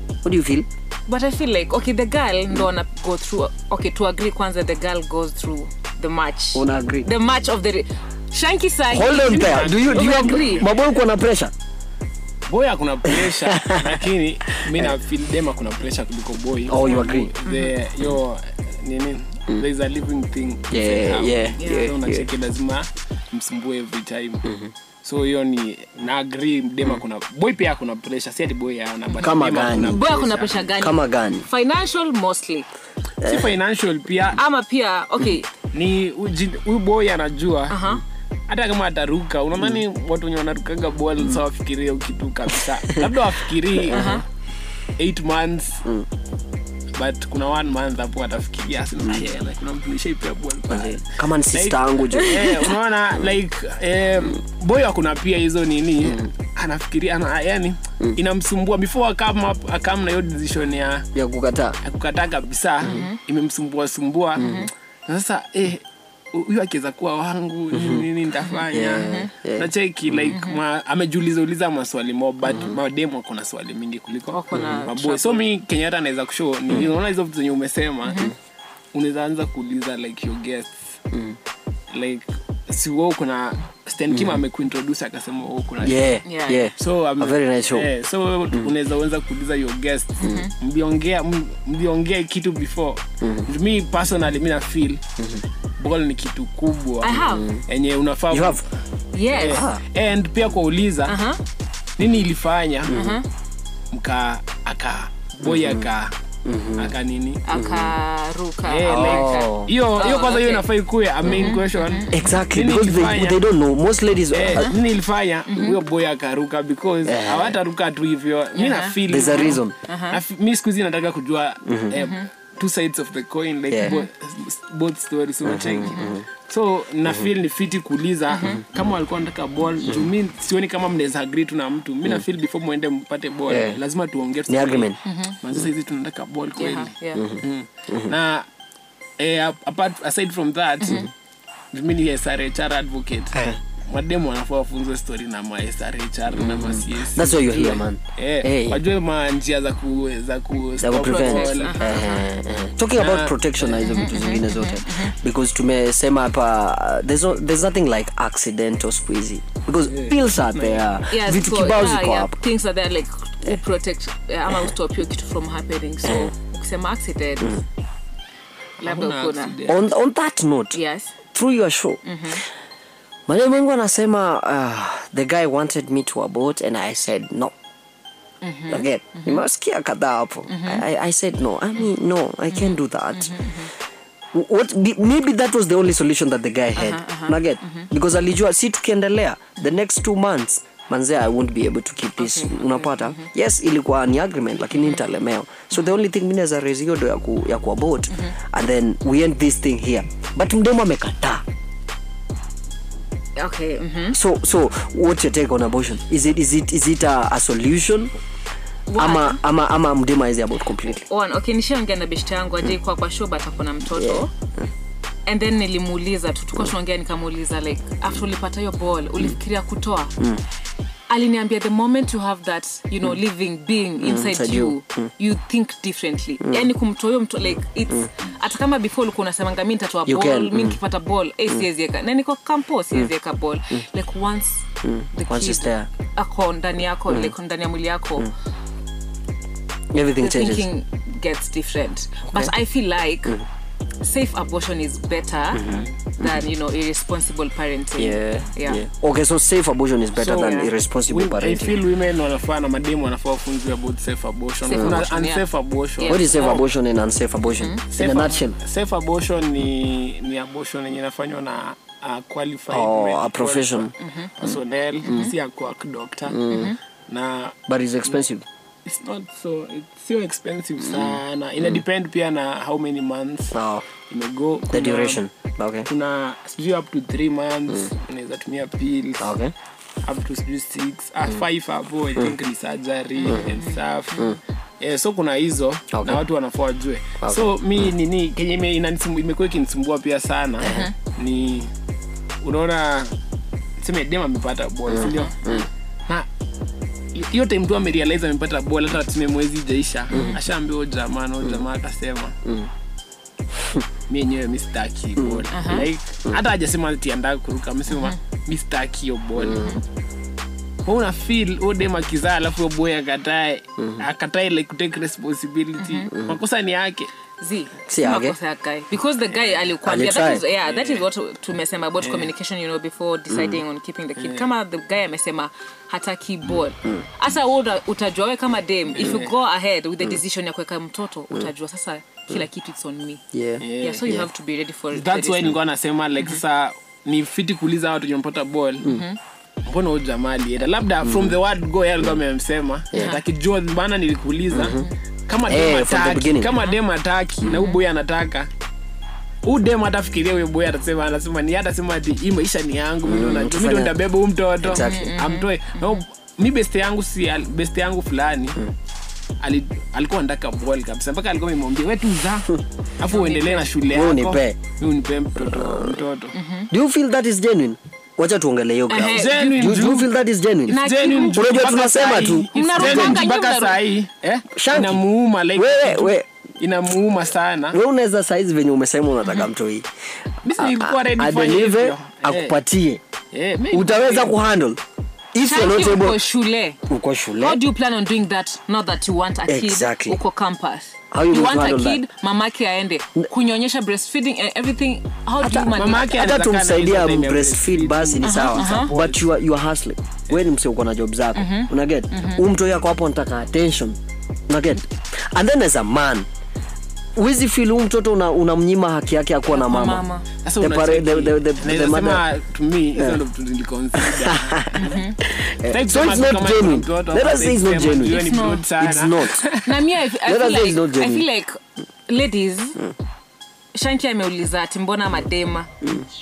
A: what do you feel
C: but i feel like okay the girl
A: Mm.
C: ndo wana go through okay to agree kwanza the girl goes through the match
A: Una agree?
C: the match of the re- shanki sahi
A: hold on there do you, do you
C: Agree.
A: have, maboy kuna pressure
B: boy akuna pressure lakini mi na feel dem akuna pressure kuliko boy
A: Oh, you agree? Mm.
B: the yo nini there is a living thing
A: Yeah,
B: Somehow.
A: yeah, Mm-hmm.
B: So
A: yeah,
B: unacheki lazima msumbue every time so hiyo ni na agree dema kuna boy pia kuna pressure si ati boy ana but
A: Mm. Kama
B: dema
A: gani?
B: kuna
C: boya kuna pesha gani
A: kama gani
C: financial mostly
B: si financial pia
C: ama pia okay
B: ni uji- huyu boy anajua
C: Aha.
B: hata kama ataruka unamani watu wenye wanarukanga bol sa wafikirie ukitu kabisa labda wafikirii 8 months but kuna one month hapo "Ah, atafikiria "Sina hela, kuna mtu nishaipea ball pale."
A: kama ni
B: Like,
A: sista angu jo
B: eh, unaona like um, boy akuna pia hizo nini anafikiria ana, yani inamsumbua before akam up- akam na hiyo decision ya
A: ya kukataa
B: ya kukataa kabisa
A: Mhm.
B: imemsumbua sumbua sasa eh, hu- huyu akiweza kuwa wangu nini, nini nitafanya
A: Mhm. yeah. Mhm.
B: nacheki like ma, amejiuliza uliza maswali mo but mademu wako na swali mingi kuliko
C: Wako na
B: maboy so mi kenya hata anaweza kushow ni-
A: Mhm.
B: unaona hizo vitu zenye umesema unaweza anza kuuliza like your guests
A: Mhm.
B: like si wewe kuna Stan Kim amekuintroduce akasema wewe kuna
A: Mhm. yeah,
C: Yeah.
A: yeah.
B: so um,
A: A very nice show. Mm.
B: eh, so unaweza weza kuuliza your guest
C: Mm-hmm.
B: mliongea mm mliongea kitu before
A: Mm-hmm.
B: mi personally mi na feel ball ni kitu kubwa
C: I have.
B: yenye unafaa
A: Mm-hmm. you have Ah.
C: yes
B: eh, and pia kuwauliza
C: Aha.
B: nini ilifanya
C: Uh-huh.
B: mka aka boy aka
A: Mm-hmm.
B: aka nini
C: akaruka
B: Eh, like,
A: Oh.
B: hiyo hiyo kwanza hiyo
C: okay. Mm-hmm.
B: inafaa ikuwe a main question
A: exactly
B: Nini
A: because they,
B: ilifanya?
A: they don't know most ladies
B: Eh,
A: uh,
B: nini ilifanya huyo boy akaruka because hawataruka tu hivyo mi na feel
A: Eh. there's a reason Mhm.
B: Na fi- mi siku hizi nataka kujua eh, two sides of the coin like
A: Yeah. Mhm.
B: bo- s- both stories unacheki so na feel ni fiti kuuliza kama walikuwa nataka ball
A: Mhm.
B: juu mi sioni kama mnaweza agree tu na mtu mi na feel before muende mpate ball
A: Mm. Yeah.
B: lazima tuongee
A: ni agreement Mhm.
B: mazisa hizi tunataka ball kweli
C: Yeah,
A: Mm-hmm.
C: yeah.
B: Mm. na eh, ap- apart, aside from that mi ni SRHR advocate
A: Eh.
B: mademu wanafaa wafunzwe story na ma SRHR na ma CS
A: Mm-hmm. that's why you're here man
B: Eh,
A: Eh.
B: wajue ma njia za ku, za ku
A: za ku
B: stop
A: prevent
B: all.
A: Eh, eh, eh. talking about protection na hizo vitu zingine zote because tumesema hapa uh, there's, no, there's nothing like accidental siku hizi because pills are there
C: Yeah,
A: vitu
C: so,
A: kibao
C: yeah,
A: ziko
C: yeah,
A: hapa
C: things are there like who protect eh, ama stop hiyo kitu from happening so
A: Mm.
C: ukisema accident labda
B: Hakuna
C: kuna
B: accident.
A: on, on that note
C: yes
A: through your show
C: Mm-hmm.
A: maneno mengi anasema uh, the guy wanted me to abort and i said no
C: Mm-hmm.
A: again nimewasikia kadhaa hapo I, I said no i mean no i can't do that What, be- maybe that was the only solution that the guy had
C: Uh-huh,
A: naget because alijua si tukiendelea the next two months manze i won't be able to keep this unapata
C: uh-huh.
A: yes ilikuwa ni agreement lakini
C: Mm-hmm.
A: nitalemewa so the only thing mi naweza raise hiyo ndo ya, ku, ya kuabot
C: Mm-hmm.
A: and then we end this thing here but mdemo amekataa
C: Mm-hmm. okay mhm.
A: so so what's your take on abortion is it is it is it a, a solution
C: Why?
A: ama ama ama mdemo is about completely
C: One, okay nishaongea na beshte yangu ajaikuwa kwa show but akona mtoto and then nilimuuliza tu tukuwa tunaongea nikamuuliza like after ulipata hiyo ball ulifikiria kutoa
A: Mm.
C: aliniambia the moment you have that you know living being inside
A: Mm. inside
C: you
A: you. Mm.
C: you think differently yani kumtoa huyo mtu like it's hata kama before ulikuwa unasemanga mi nitatoa
A: You
C: ball
A: can, Mm.
C: mi nikipata ball eh, siwezieka na niko kampo siwezieka ball like once the
A: Mm. Once it's
C: kid
A: there. Mm.
C: ako ndani yako like ndani ya mwili yako
A: everything
C: the
A: changes
C: thinking gets different. But I feel like safe abortion is better than you know irresponsible parenting.
A: yeah.
C: Mm-hmm. yeah.
A: okay so safe abortion is better
B: So,
A: than
C: yeah.
A: irresponsible
B: Wi- I
A: parenting
B: feel women wanafaa na mademu wanafaa wafunzwe about safe abortion.
C: Safe
B: Kuna
C: abortion, yeah.
B: unsafe abortion.
C: Yeah.
A: what is safe
B: Oh.
A: abortion and unsafe abortion in
B: Safe
A: a
B: ab-
A: nutshell
B: safe abortion ni, ni abortion yenye inafanywa na uh, qualified
A: Oh,
B: medical
A: a profession. Mm-hmm.
B: personnel si akuak doctor na
A: but it's expensive
B: it's not so it's so expensive
A: Mm-hmm.
B: sana ina depend pia na how many months
A: now
B: imego
A: Ah. the duration okay Mm.
B: kuna sijui up to three months unaweza tumia pills
A: okay
B: up to sijui six ah,
A: Mm.
B: five hapo i think ni surgery and stuff Eh, so kuna hizo
A: Okay.
B: na watu wanafaa wajue
A: Okay.
B: so mi nini kenye ime- inanisumbu- imekuwa ikinisumbua pia sana
A: Uh-huh.
B: ni unaona seme dem amepata bol sindio
A: Mm.
B: na hi- hiyo time tu amerealize amepata bol hata tuseme mwezi ijaisha
A: Mm.
B: ashaambiwa "Huyu jamaa na huyu jamaa akasema mi yenyewe mi sitaki hiyo
A: Mm.
B: ball." Like, hata hajasema ati anataka kuruka amesema mi sitaki hiyo bol
A: Mm.
B: una feel huyo dem akizaa alafu huyo boy akatae akatae like kutake responsibility makosa ni yake
C: z
A: Si age.
C: makosa ya guy because the guy alikuambia
A: Alitry.
C: that is, yeah, Mm. that is what tumesema about communication you know before deciding on keeping the kid kama the guy amesema hataki ball hasa wewe uta- utajua wewe kama dem if you go ahead with the decision ya kuweka mtoto utajua sasa kila kitu it's on me
A: yeah.
B: Yeah.
C: Mm. yeah so you have to be ready for it
B: that's
C: There
B: why
C: is
B: nilikuwa nasema
A: Mhm.
B: like sasa ni fiti kuuliza watu nyempata ball mbona huyu jamaa alienda labda
A: Mhm.
B: from the word go yeye alikuwa amemsema akijua bana nilikuuliza kama
A: Eh,
B: dem
A: from the
B: ataki
A: beginning. Mhm.
B: kama dem ataki na huyu boy anataka huyu dem hatafikiria huyu boy atasema anasema ni atasema ati hii maisha ni yangu mimi ndo najua mimi ndo
A: Utafanya-
B: nitabeba huyu mtoto
A: Mm, Exactly. Mm.
B: amtoe no, mi beste yangu si al- beste yangu fulani ali- alikuwa anataka ball kabisa mpaka alikuwa amemwambia wewe tu za afu uendelee na shule
A: Wewe
B: yako
A: unipe.
B: Wewe unipe mtoto mtoto
C: Mhm.
A: do you feel that is genuine wacha tuongelee hiyo ground.
C: Ehe.
B: Genuine,
A: Do, do you
B: juu-
A: feel that is genuine
C: Na-
B: genuine,
C: Unajua
B: juu mpaka
A: tunasema
B: sahi-
A: tu.
B: it's
C: Mnarukanga
B: genuine,
C: nje,
B: mpaka
C: mnaruka.
B: sahi eh,
A: Shanti.
B: inamuuma like
A: Wewe,
B: kitu-
A: wewe.
B: inamuuma sana
A: we unaweza saizi venye umesema unataka mtoi
B: Mimi nilikuwa Hmm. ready kufanya
A: adelive
B: hivyo.
A: akupatie
B: Eh, mimi-
A: utaweza kuhandle if you're
C: Shanti
A: not
C: uko
A: able
C: shule
A: uko
C: How
A: shule
C: do you plan on doing that now that you want a kid
A: Eh? Exactly.
C: uko campus?
A: How you
C: you
A: going to
C: want a
A: handle
C: kid, mamake aende. Kunyonyesha breastfeeding and everything. How do you manage?
B: mama yake
A: hata
B: anaweza kaa na
A: tumsaidia
B: hizo time ya
A: breastfeed basi ni sawa but you are, you are hustling we ni mse uko na job zako
B: Mhm.
A: unaget huu mtoi yako hapo nataka attention unaget and then as a man wizi fil huu mtoto una- unamnyima haki yake ya kuwa na mama,
C: mama.
B: Sasa
A: The pare-
B: unacheki,
A: the- the- the- the
B: naweza
A: mother-
B: sema to me, hizo ndo vitu niliconsider.
A: Eh,
B: Sitaki
A: so
B: kusema
A: it's
B: tu
A: not
B: kama
A: genuine
B: mtoto ama
A: let us say it's not
B: sitaki kusema
A: genuine
B: jioni
C: It's
B: mtoto
C: not.
B: sana.
A: it's not
C: na mie I, I,
A: Let us
C: feel
A: say it's not
C: like, I
A: genuine.
C: feel like ladies shanki ameuliza ati mbona madema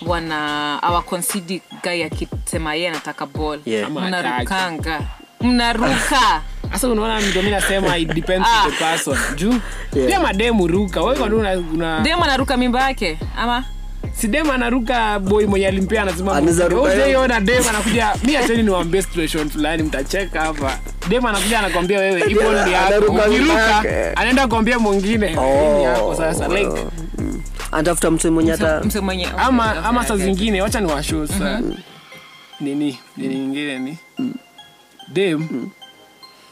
C: wana awaconcidi gai akisema yeye anataka bol
A: Yeah.
B: Ama
C: mnarukanga mnaruka
B: Sasa unaona ndio mimi nasema it depends on the person. Juu
A: Ah. Yeah.
B: pia mademu ruka, wewe kwa nini una- una
C: dem anaruka mimba yake ama
B: si dem anaruka boy mwenye alimpea anasema
A: Anaweza
B: "Wewe
A: ruka
B: hujai
A: yeye."
B: ona dem anakuja, mimi acheni niwaambie situation fulani mtacheka hapa. Dem anakuja anakwambia wewe ipo ni yako.
A: anaruka
B: Ukiruka
A: yake.
B: anaenda kuambia mwingine "Hii ni yako sasa like
A: anatafuta mtu mwenye hata
C: mse mwenye
B: ama ama saa zingine wacha ni washo saa
C: Mm-hmm.
B: nini nini ingine ni
C: Mm-hmm.
B: dem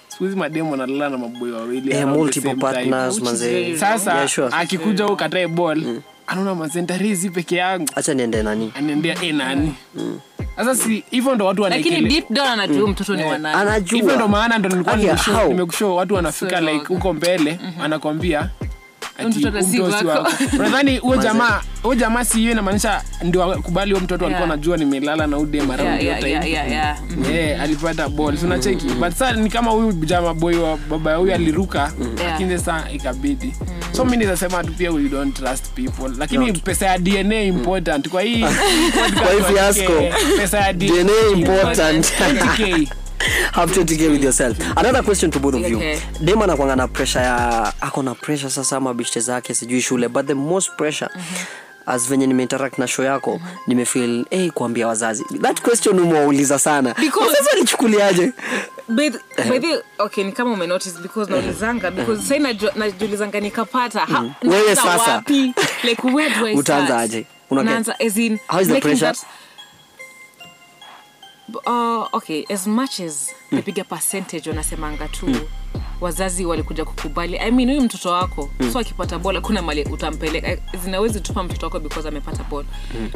B: sikuhizi mademu wanalala na maboi wawili
A: eh,
B: around the
A: multiple
B: same
A: partners
B: time.
A: manze
B: sasa
A: Yeah, sure. Mm.
B: akikuja ukatae ball anaona mazentarizi peke yangu
A: acha niende nani
B: anaendea e nani
A: Mm.
B: sasa si hivyo ndo watu
C: lakini
B: wanaekele-
C: deep down anajua mtoto ni wanani
A: anajua
B: hivyo ndo maana ndo nilikuwa
A: Aya,
B: nimekushow-
A: how?
B: nimekushow watu wanafika
C: Sio
B: like huko mbele anakwambia ati
C: Mtoto
B: huyu
C: si
B: mtoto si
C: wako.
B: wako. Unadhani huyo jamaa huyo jamaa si hiyo inamaanisha ndio akubali huyo mtoto alikuwa
C: Yeah.
B: anajua nimelala na ude mara
C: Yeah,
B: yote
C: yeah, yeah, yeah, yeah. Mm.
B: Eh, alipata ball so unacheki
A: Mm.
B: but sasa ni kama huyu jama boy wa baba huyu aliruka
A: Mm.
B: lakini sasa ikabidi so
C: Mm.
B: mimi nitasema tu pia we don't trust people lakini pesa ya DNA important kwa hii
A: Mm. Kwa hii fiasco,
B: pesa ya
A: DNA important.
B: 20K.
A: have to take care with yourself another question to both of you
C: Okay.
A: dem anakwanga na pressure ya ako na pressure sasa ama bishte zake sijui shule but the most pressure
C: Mm-hmm.
A: as venye nimeinteract na show yako nimefeel hey, kuambia wazazi that question umewauliza sana
C: Because-
A: sasa nichukuliaje
C: But- by the- okay ni kama umenotice because naulizanga because sai najulizanga nikapata ha-
A: Eh. Mm. Wewe
C: naanza
A: sasa.
C: wapi like where do I start?
A: Utaanza aje? Una get-
C: Naanza as in
A: How is the
C: making
A: pressure?
C: that- B- uh, okay as much as the bigger percentage wanasemanga tu wazazi walikuja kukubali i mean huyu mtoto wako so akipata bola kuna mali utampeleka Eh, zinawezi tupa mtoto wako because amepata bola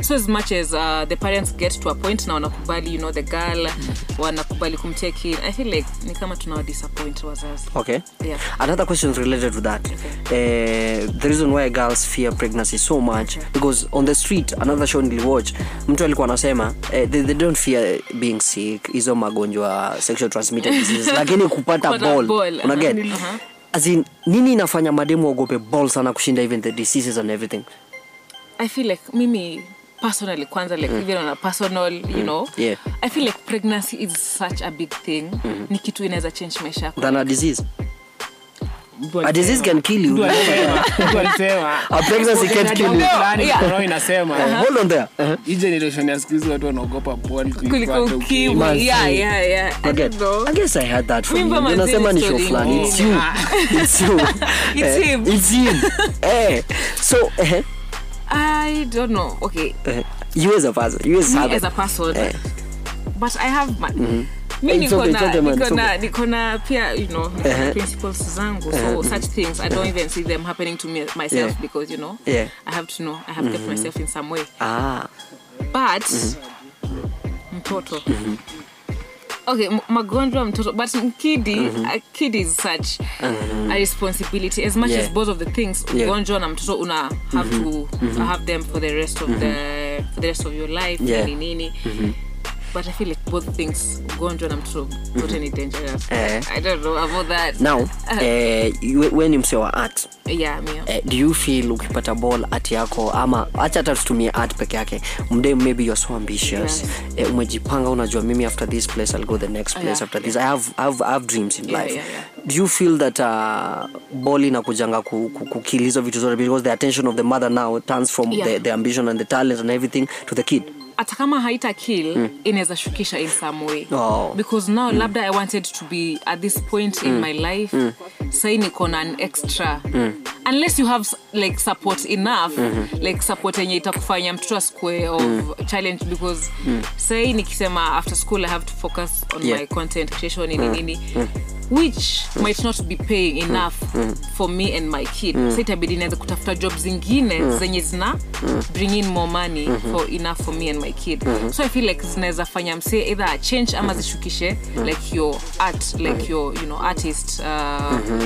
C: so as much as uh, the parents get to a point na wanakubali you know the girl wanakubali kumtia kid i feel like ni kama tunawadisappoint wazazi
A: okay
C: Yeah.
A: another question related to that okay. uh, the reason why girls fear pregnancy so much okay. because on the street another show niliwatch mtu alikuwa anasema uh, they, they don't fear being sick hizo magonjwa sexual transmitted diseases lakini kupata
C: Kupata
A: ball,
C: ball,
A: Una
C: aha. Uh-huh.
A: get?
C: Aha.
A: As in, nini inafanya mademu waogope ball sana kushinda even the diseases and everything
C: i feel like mimi personally kwanza like even on a personal you know
A: Yeah.
C: i feel like pregnancy is such a big thing ni kitu inaweza change maisha yako
A: than a disease
B: Mtu
A: a disease can kill
B: Mtu
A: you
B: alisema- mtu alisema
A: a pregnancy can't kill you
B: fulani
C: Yeah.
B: corona inasema
A: hold on there uh-huh.
B: hii generation ya siku hizi watu wanaogopa ball kuliko
C: kuliko
B: hata ukimwi.
C: ukimwi
A: Manzi.
C: yeah, yeah, yeah. I
A: Okay.
C: don't know.
A: I guess I heard that from you.
C: Mimba
A: Ndio
C: mazee
A: Nasema ni
C: ni
A: show
C: story
A: fulani. It's you. It's you.
C: It's
A: Eh,
C: him.
A: It's him. Eh. So, eh,
C: I don't know. Okay,
A: eh, you as a person, you as
C: me as
A: a
C: a person, but I have my. mi
A: It's
C: niko
A: okay, it's
C: na-
A: okay, man,
C: niko
A: it's okay.
C: na- niko na pia you know niko na
A: Uh-huh.
C: principles zangu so such things i don't even see them happening to me myself
A: Yeah.
C: because you know
A: Yeah. Mm-hmm.
C: i have to know i have kept myself in some way
A: Ah,
C: but
A: Mhm.
C: mtoto okay m- magonjwa mtoto but kidi
A: Mhm.
C: a kid is such a responsibility as much
A: Yeah.
C: as both of the things
A: Yeah. Mhm.
C: ugonjwa na mtoto una have to have them for the rest of the for the rest of your life
A: Yeah. Mhm.
C: nini nini but i feel like both things ugonjwa na mtoto not any dangerous
A: Mhm. Eh.
C: i don't know about that
A: now
C: Uh,
A: eh, we- we ni msee wa art
C: yeah mia
A: eh, do you feel ukipata ball art yako ama acha hata tutumie art peke yake mde maybe you're so ambitious eh, umejipanga unajua mimi after this place i'll go the next place
C: yeah,
A: after this i have, I have, I have dreams in
C: Yeah,
A: life
C: yeah, yeah.
A: do you feel that uh, ball inakujanga ku- ku- kukill hizo vitu zote because the attention of the mother now turns from
C: Yeah.
A: the, the ambition and the talent and everything to the kid
C: hata kama haita kill inaweza shukisha in some way
A: Hmm. Oh. Hmm.
C: because now labda i wanted to be at this point in my life sai niko na an extra unless you have like support enough
A: Hmm.
C: like support yenye itakufanya mtoto asikue of challenge because sai nikisema after school i have to focus on
A: Hmm. Yeah. Hmm.
C: my content creation nini nini which might not be paying enough
A: Hmm.
C: for me and my kid sa itabidi nianze kutafuta job zingine
A: Hmm.
C: zenye zina bring in more money for enough for me and my kid
A: Hmm.
C: so i feel like zinaweza fanya msee either a change ama zishukishe
A: Hmm.
C: like your art like your you know artist uh,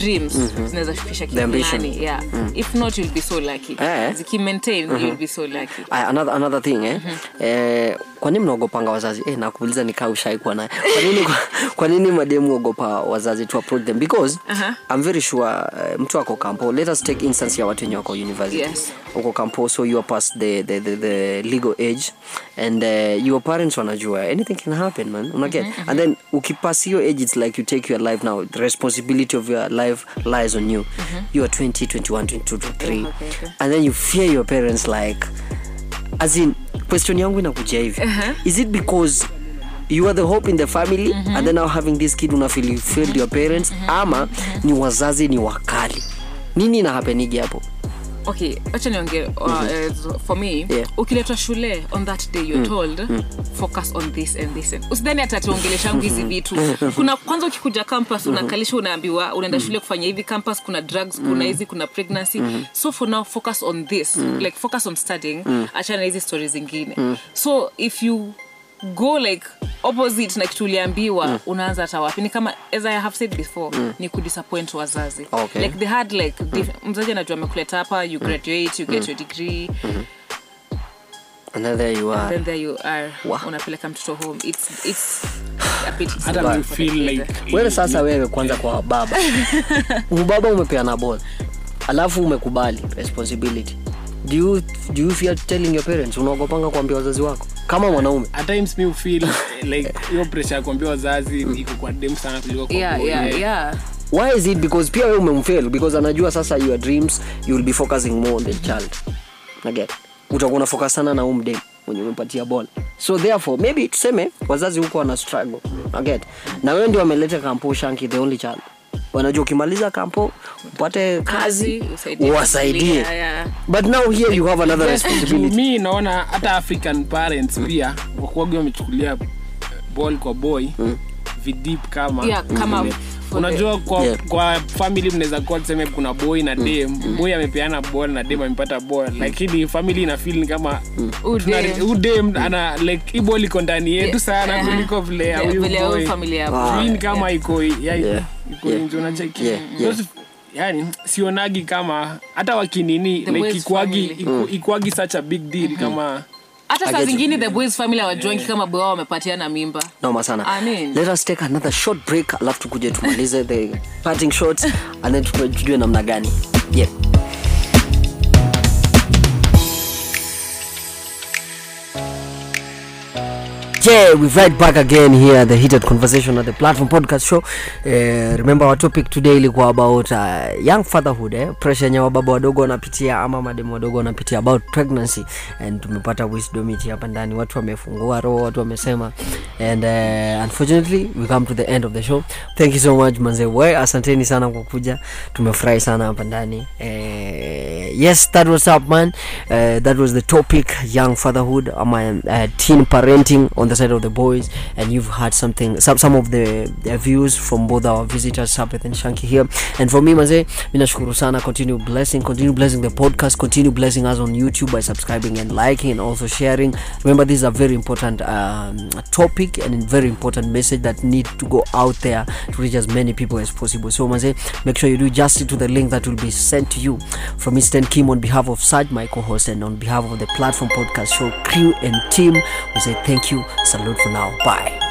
C: dreams zinaweza shukisha
A: Hmm. The ambition. Hmm.
C: kifulani yeah if not you'll be so lucky
A: Eh.
C: zikimaintain you'll be so lucky
A: Aya, Ah, another, another thing eh? eh, kwa nini mnaogopanga wazazi eh, nakuuliza nikaa ushaikuwa naye kwa nini, kwa, kwa nini mademu ogopa wazazi to approach them because
C: Aha.
A: i'm very sure eh, mtu ako kampo let us take instance ya watu wenye wako university
C: Yes.
A: uko kampo so you are past the, the, the, the legal age and uh, your parents wanajua anything can happen man unaget
C: Mm-hmm,
A: and then ukipass hiyo age it's like you take your life now the responsibility of your life lies on you you are 20 21 22 23
C: Mm-hmm. Okay, okay.
A: and then you fear your parents like as in question yangu inakuja hivi
C: Uh-huh.
A: is it because you are the hope in the family
C: Mm-hmm.
A: and then now having this kid unafeel you failed your parents ama
C: Mm-hmm.
A: ni wazazi ni wakali nini inahapenigi hapo
C: okay acha nionge uh, uh, for me
A: Yeah.
C: ukiletwa shule on that day you're told focus on this and this and usidhani atationgeleshangu hizi vitu kuna kwanza ukikuja campus unakalisha unaambiwa unaenda shule kufanya hivi campus kuna drugs kuna hizi kuna pregnancy so for now focus on this like focus on studying achana na hizi stori zingine so if you go like opposite na kitu uliambiwa unaanza hata wapi ni kama as i have said before ni kudisappoint wazazi
A: Okay.
C: like they had like diff- mzazi anajua amekuleta hapa you graduate you get your degree
A: Mm. and then there you are
C: then there you are
A: Wow.
C: unapeleka mtoto home it's, it's a bit
B: hata you feel like eh,
A: wewe sasa wewe kwanza kwa baba ubaba umepeana ball alafu umekubali responsibility do you, do you fear telling your parents unaogopanga kuambia wazazi wako kama mwanaume
B: at times mi ufeel like hiyo pressure ya kuambia wazazi iko kwa dem sana kuliko kwa
C: yeah
B: boy.
C: yeah
B: Yeah.
C: yeah
A: why is it because pia wewe umemfail because anajua sasa your dreams you will be focusing more on the child naget utakuwa unafoka sana na umde mwenye umepatia ball so therefore maybe tuseme wazazi huko wana struggle naget na wewe ndio wameleta kampo shanki the only child wanajua ukimaliza kampo upate kazi
C: usaidie
A: wasaidie
C: familia, yeah.
A: but now here you have another responsibility
B: mi naona hata african parents pia wakuwagi wamechukulia ball kwa boy vidip kama
C: Yeah, kama
B: vile.
C: for
B: Mm. unajua kwa,
A: Yeah. Mm.
B: kwa family mnaweza kuwa tuseme kuna boy na dem boy amepeana ball na dem amepata ball lakini family ina feel ni kama
A: Mm.
B: tuna-
C: Udem.
B: huyu dem ana like hii ball iko ndani yetu sana
C: Aha.
B: kuliko vile ya huyu
C: Uh-huh. Vile au
B: boy
C: familia yako.
A: Wow.
B: Sijui ni kama iko ya-
A: Ah, Yeah.
B: iko
A: Yeah.
B: nje unacheki
A: Yeah. Yeah.
B: Those- yani sionagi kama hata wakinini
C: The
B: like
C: boys
B: ikuagi
C: family.
A: Mm.
B: iku- ikuagi such a big
A: Mm-hmm.
B: deal kama
C: hata saa
A: get
C: zingine the boys family hawajuangi kama bwao wamepatiana mimba
A: noma sana
C: Amen.
A: let us take another short break alafu tukuje tumalize the parting shots and then tukuje tujue namna gani yeah. Yeah, we've right back again here at the heated conversation at the platform podcast show uh, remember our topic today ilikuwa about uh, young fatherhood eh? pressure yenye wababa wadogo wanapitia ama mademu wadogo wanapitia about pregnancy and tumepata wisdom iti hapa ndani watu wamefungua roho watu wamesema and uh, unfortunately we come to the end of the show thank you so much manze we asanteni sana kwa kuja tumefurahi sana hapa ndani eh, yes that Eh, was up man uh, that was the topic young fatherhood ama uh, teen parenting on the the side of the boys and you've had something some, some of the the views from both our visitors sabeth and shanki here and for me maze minashukuru sana continue blessing continue blessing the podcast continue blessing us on youtube by subscribing and liking and also sharing remember this is a very important um, topic and a very important message that need to go out there to reach as many people as possible so maze make sure you do justice to the link that will be sent to you from instant kim on behalf of saj my co-host and on behalf of the platform podcast show crew and team we say thank you salute for now bye